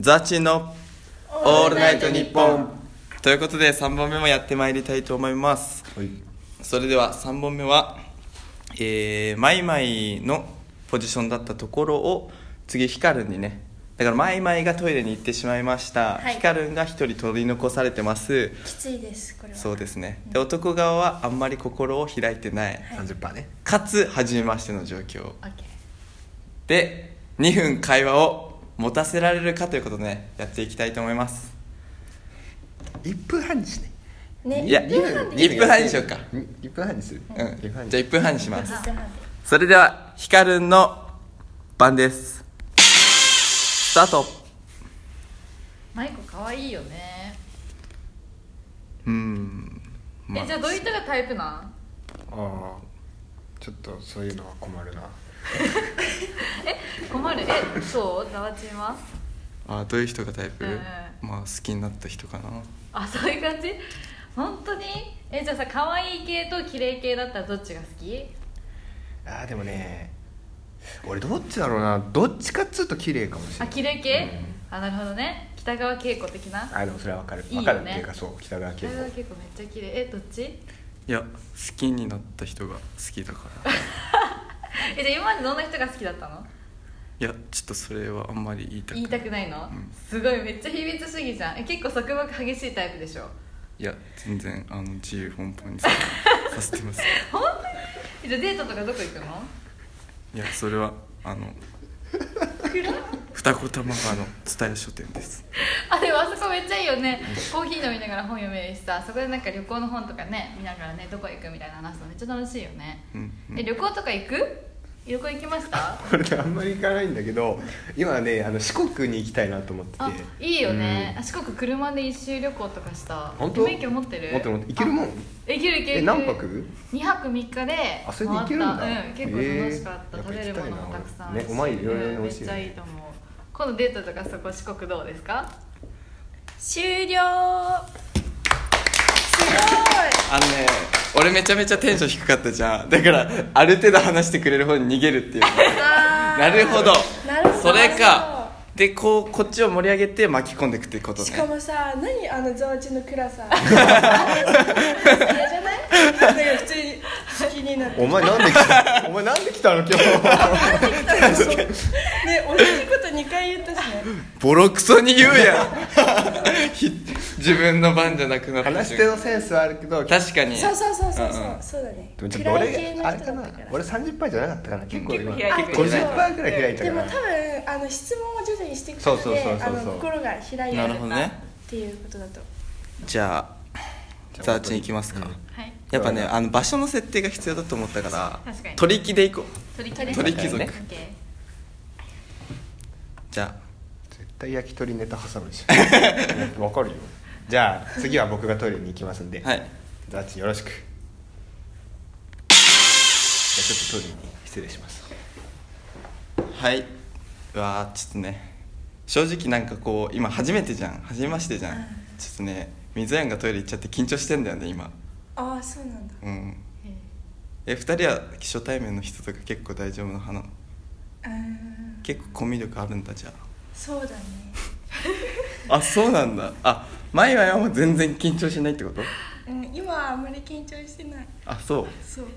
ザチンのオールナイトニッポンということで3本目もやってまいりたいと思いますはいそれでは3本目はえー、マイマイのポジションだったところを次ヒカルンにねだからマイマイがトイレに行ってしまいました、はいヒカルンが1人取り残されてますきついですこれはそうですねで男側はあんまり心を開いてない、 30%ねかつ初めましての状況オッケーで2分会話を持たせられるかということでねやっていきたいと思います1分半にしねねいや一分半でいい一分半にしようか1分半にするうんじゃあ一分半に1分半にします一分半でそれではヒカルンの番ですスタートマイコ可愛いよね、うーんまえじゃあどういったがタイプなんああちょっとそういうのは困るな困るえそうざわちんはああどういう人がタイプ、うんまあ好きになった人かなあ そういう感じ本当にえじゃあさ可愛い系と綺麗系だったらどっちが好きあーでもね俺どっちだろうなどっちかっつうと綺麗かもしれあない綺麗系、あなるほどね北川景子的なあでもそれはわかるいいよわねかるっていうかそう北川景北子川景子めっちゃ綺麗えどっちいや好きになった人が好きだから いえじゃあ今までどんな人が好きだったのやちょっとそれはあんまり言いたく言いたくないの、すごいめっちゃ秘密主義じゃんえ結構束縛激しいタイプでしょいや全然あの自由奔放にささせ てます本当にえじゃあデートとかどこ行くのいやそれはあの二子玉川の蔦屋書店ですあでもあそこめっちゃいいよねコーヒー飲みながら本読めるしさそこでなんか旅行の本とかね見ながらねどこ行くみたいな話すのめっちゃ楽しいよね、うんうんえ旅行とか行く旅行行きましたこれねあんまり行かないんだけど今ねあの四国に行きたいなと思っててあいいよね、あ四国車で一周旅行とかした本当免許持ってる持ってる持ってる行けるもんあえ行ける行けるえ何泊2泊3日で回ったあそれで行けるんだうん、結構楽しかった、えー食べるものやっもぱた行くきさたいなんあるしねお前いろいろねうん美味めっしいよちねゃいいと思う今度デートとかそこ四国どうですか終了 すあのね俺めちゃめちゃテンション低かったじゃんだからある程度話してくれる方に逃げるっていう なるほどなるほどそれかでこうこっちを盛り上げて巻き込んでいくっていうことごいねしかもさ何あのザワチの暗 さ嫌じゃないなんか普通に好きになってお前なんで来たお前なんで来たの今日 ね同じこと2回言ったしねボロクソに言うやんひ 自分の番じゃなくなった話し瞬手間のセンスはあるけど確かにそうそうそうそうそう、うんうんそうだねでもちょっと暗い系俺のあれ人かだっなたから俺30%じゃなかったかな結構今結構開いてる50%ぐらい開いちゃでうもか多ら分あの質問を徐々にしていくことそうそうそうでそうあの心が開いなてるるほどねっていうことだとじゃあじゃあザーチンいきますか、はいやっぱねあの場所の設定が必要だと思ったから確かに取り木でいこう鳥貴族鳥貴族オッケーじゃ絶対焼き鳥ネタ挟むでし ょわかるよじゃあ次は僕がトイレに行きますんであはいザッチよろしくじゃあちょっとトイレに失礼しますはいうわーちょっとね正直なんかこう今初めてじゃん初めましてじゃん、うんちょっとね水やんがトイレ行っちゃって緊張してんだよね今ああそうなんだうんえーえ二人は初対面の人とか結構大丈夫な派なのうーん結構コミュ力あるんだじゃそうだねああそうなんだあ前はもう全然緊張しないってことうん今はあんまり緊張してないあそうそうへ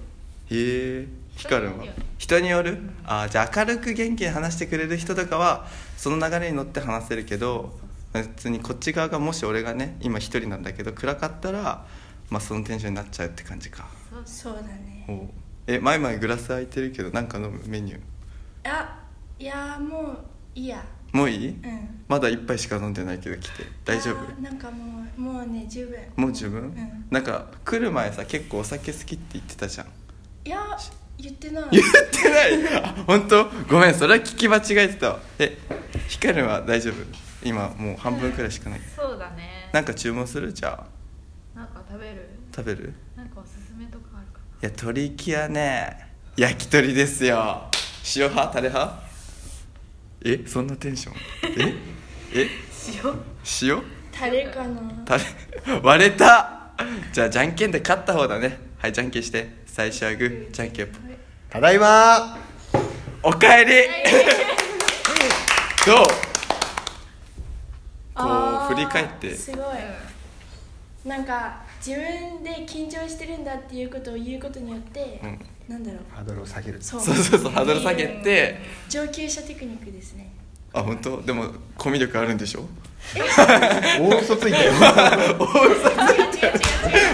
えヒカルンは人人によるあーじゃあ明るく元気に話してくれる人とかはその流れに乗って話せるけど別にこっち側がもし俺がね今一人なんだけど暗かったらまあそのテンションになっちゃうって感じかそうだねおうえ前々グラス空いてるけどなんか飲むメニューあいやーもういいやもういい、うんまだ一杯しか飲んでないけど来て大丈夫あーなんかもうもうね十分もう十分、うんなんか来る前さ結構お酒好きって言ってたじゃんいや言ってない言ってないあ本当ごめんそれは聞き間違えてたわえヒカルは大丈夫今もう半分くらいしかないそうだねなんか注文するじゃあなんか食べる食べるなんかおすすめとかあるかいや鳥木はね焼き鳥ですよ塩派タレ派えそんなテンションええ塩塩タレかなタレ割れたじゃあじゃんけんで勝った方だねはいじゃんけんして最初はグーじゃんけんぽんただいま おかえりどうこあうー振り返ってすごいなんか自分で緊張してるんだっていうことを言うことによって、うんなんだろうハードルを下げるそうそうそうそうハードル下げて上級者テクニックですねあ本当でもコミュ力あるんでしょ大嘘ついてよ違う違う違う違う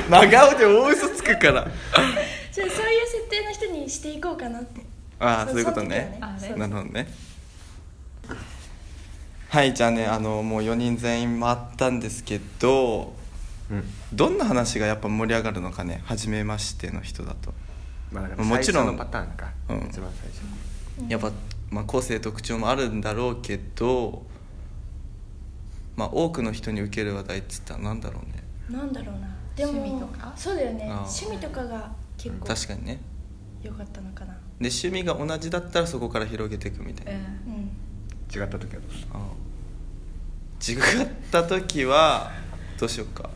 真顔で大嘘つくからじゃあそういう設定の人にしていこうかなってああそそういうことねその時はねなるほどねはいじゃあねあのもう4人全員回ったんですけどうんどんな話がやっぱ盛り上がるのかね初めましての人だとまあだからもちろん最初のパターンか、うん一番最初やっぱ、まあ、個性特徴もあるんだろうけど、まあ、多くの人に受ける話題っつったらなんだろうねなんだろうなでも趣味とかそうだよねあー趣味とかが結構確かにね良かったのかなで趣味が同じだったらそこから広げていくみたいな、うんうん違った時はどうするあ違った時はどうしようか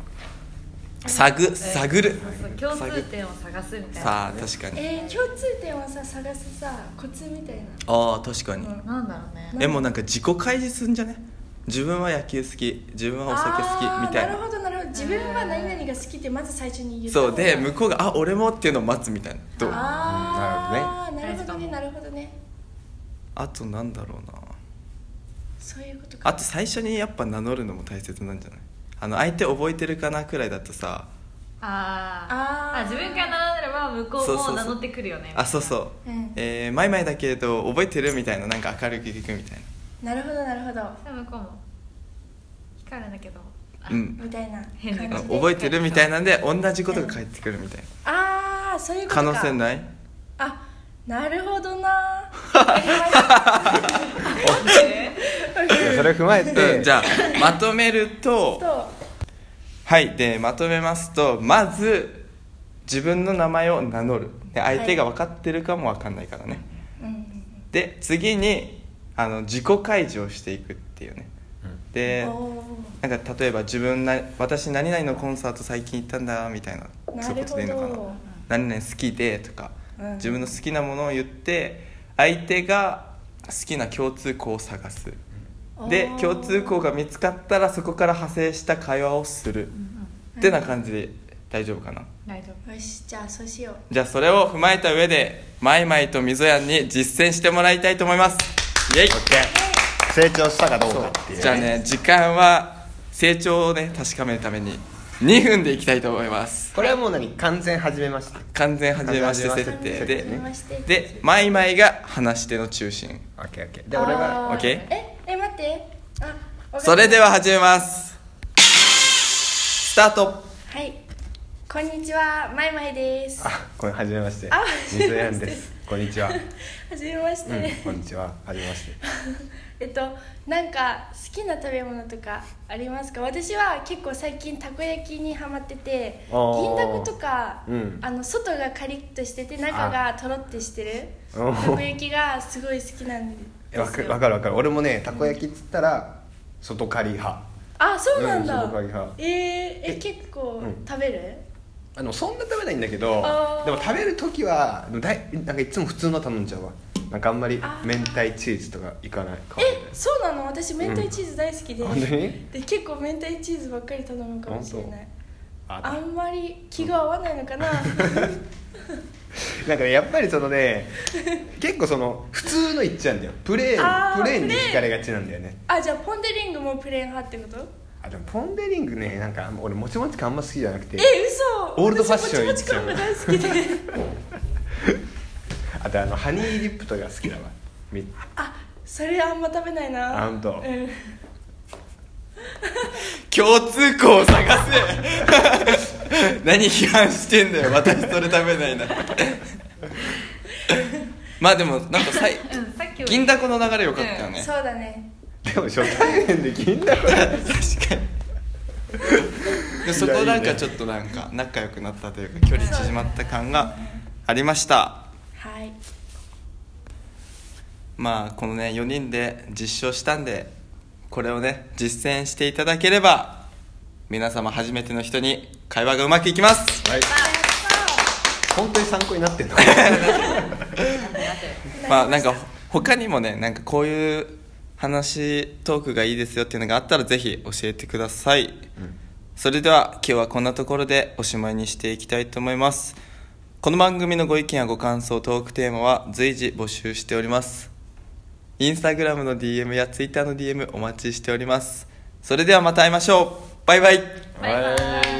探探るそう共通点を探すみたいなさあ確かにえー、共通点をさ探すさコツみたいなああ確かに、なんだろうねえもうなんか自己開示すんじゃね自分は野球好き自分はお酒好あきーみたいなるなほどなるほど自分は何々が好きってまず最初に言った方そがうで向こうが「あ俺も」っていうのを待つみたいなどうあああななるるほほどどねねなるほどねとなんだろうなそういうことかあと最初にやっぱ名乗るのも大切なんじゃないあの相手覚えてるかなくらいだとさああーーあ自分から名乗れば向こそううそうそもう名乗ってくるよねあそうそう「うんえーマイマイだけど覚えてる?」みたいななんか明るく聞くみたいななるほどなるほどう向こうも光るんだけどあうんみたいな感じ変なであ覚えてるみたいなんで同じことが返ってくるみたいなああそういう可ことか能性ないあなるほどないやそれを踏まえて、うんじゃあまとめるととはいでまとめますとまず自分の名前を名乗るではい相手が分かってるかも分かんないからね、うんで次にあの自己開示をしていくっていうね、うんでおなんか例えば自分な私何々のコンサート最近行ったんだみたいなーそなういうることでいいのかなほ何々好きでとか、うん自分の好きなものを言って相手が好きな共通項を探すどでおー共通項が見つかったらそこから派生した会話をする、ってな感じで大丈夫かな、大丈夫よしじゃあそうしようじゃあそれを踏まえた上でマイマイとみぞやんに実践してもらいたいと思いますイエイ成長したかどうかっていうじゃあね時間は成長をね確かめるために2分でいきたいと思いますこれはもう何完全始めまして完全初めまして設定完全初めでましてでマイマイが話し手の中心オッケーオッケーで俺があー OK ええ待ってあわかったそれでは始めますスタートはいこんにちはまいまいですはあこれ初めましてあ初水めまして やんですこんにちは、じめまして、うん、こんにちは初め ましてえっとなんか好きな食べ物とかありますか私は結構最近たこ焼きにハマってて銀だあーことか、うんあの外がカリッとしてて中がとろってしてるたおーこ焼きがすごい好きなんですえよわかわかるわかる俺もねたこ焼きっつったら外刈り派あそうなんだ、うん外刈り派えー、ええ結構うん食べる、あのそんな食べないんだけどあーでも食べる時はだいなんかいつも普通の頼んじゃうわなんかあんまりあー明太チーズとかいかないかもしれないえそうなの私明太チーズ大好きで、うん本当にで結構明太チーズばっかり頼むかもしれないああんまり気が合わないのかななんかねやっぱりそ のね結構その普通のいっちゃうんだよプレーあンープレーンにプレーン惹かれがちなんだよね あじゃあポン・デ・リングもプレーン派ってことあでもポン・デ・リングねなんかあんま俺もちもち感あんま好きじゃなくてえ嘘オールドファッショ私ンもちもち昆布大好きで あとあのハニーディップとか好きだわみ あそれあんま食べないなあほんとうん共通項を探せ 何批判してんだよ私それ食べない なまあでもなんかさいうんさっきより銀だこの流れ良かったよね、そうだねでも初対面で銀だこれ確かにでそこなんかちょっとなんか仲良くなったというか距離縮まった感がありましたはいまあこのね4人で実証したんでこれをね実践していただければ皆様初めての人に会話がうまくいきますはい本当に参考になってんのなってなってるまあなんか他にもねなんかこういう話トークがいいですよっていうのがあったらぜひ教えてください、うんそれでは今日はこんなところでおしまいにしていきたいと思いますこの番組のご意見やご感想トークテーマは随時募集しておりますインスタグラムの DM や Twitter の DM お待ちしておりますそれではまた会いましょうバイバイバイバイ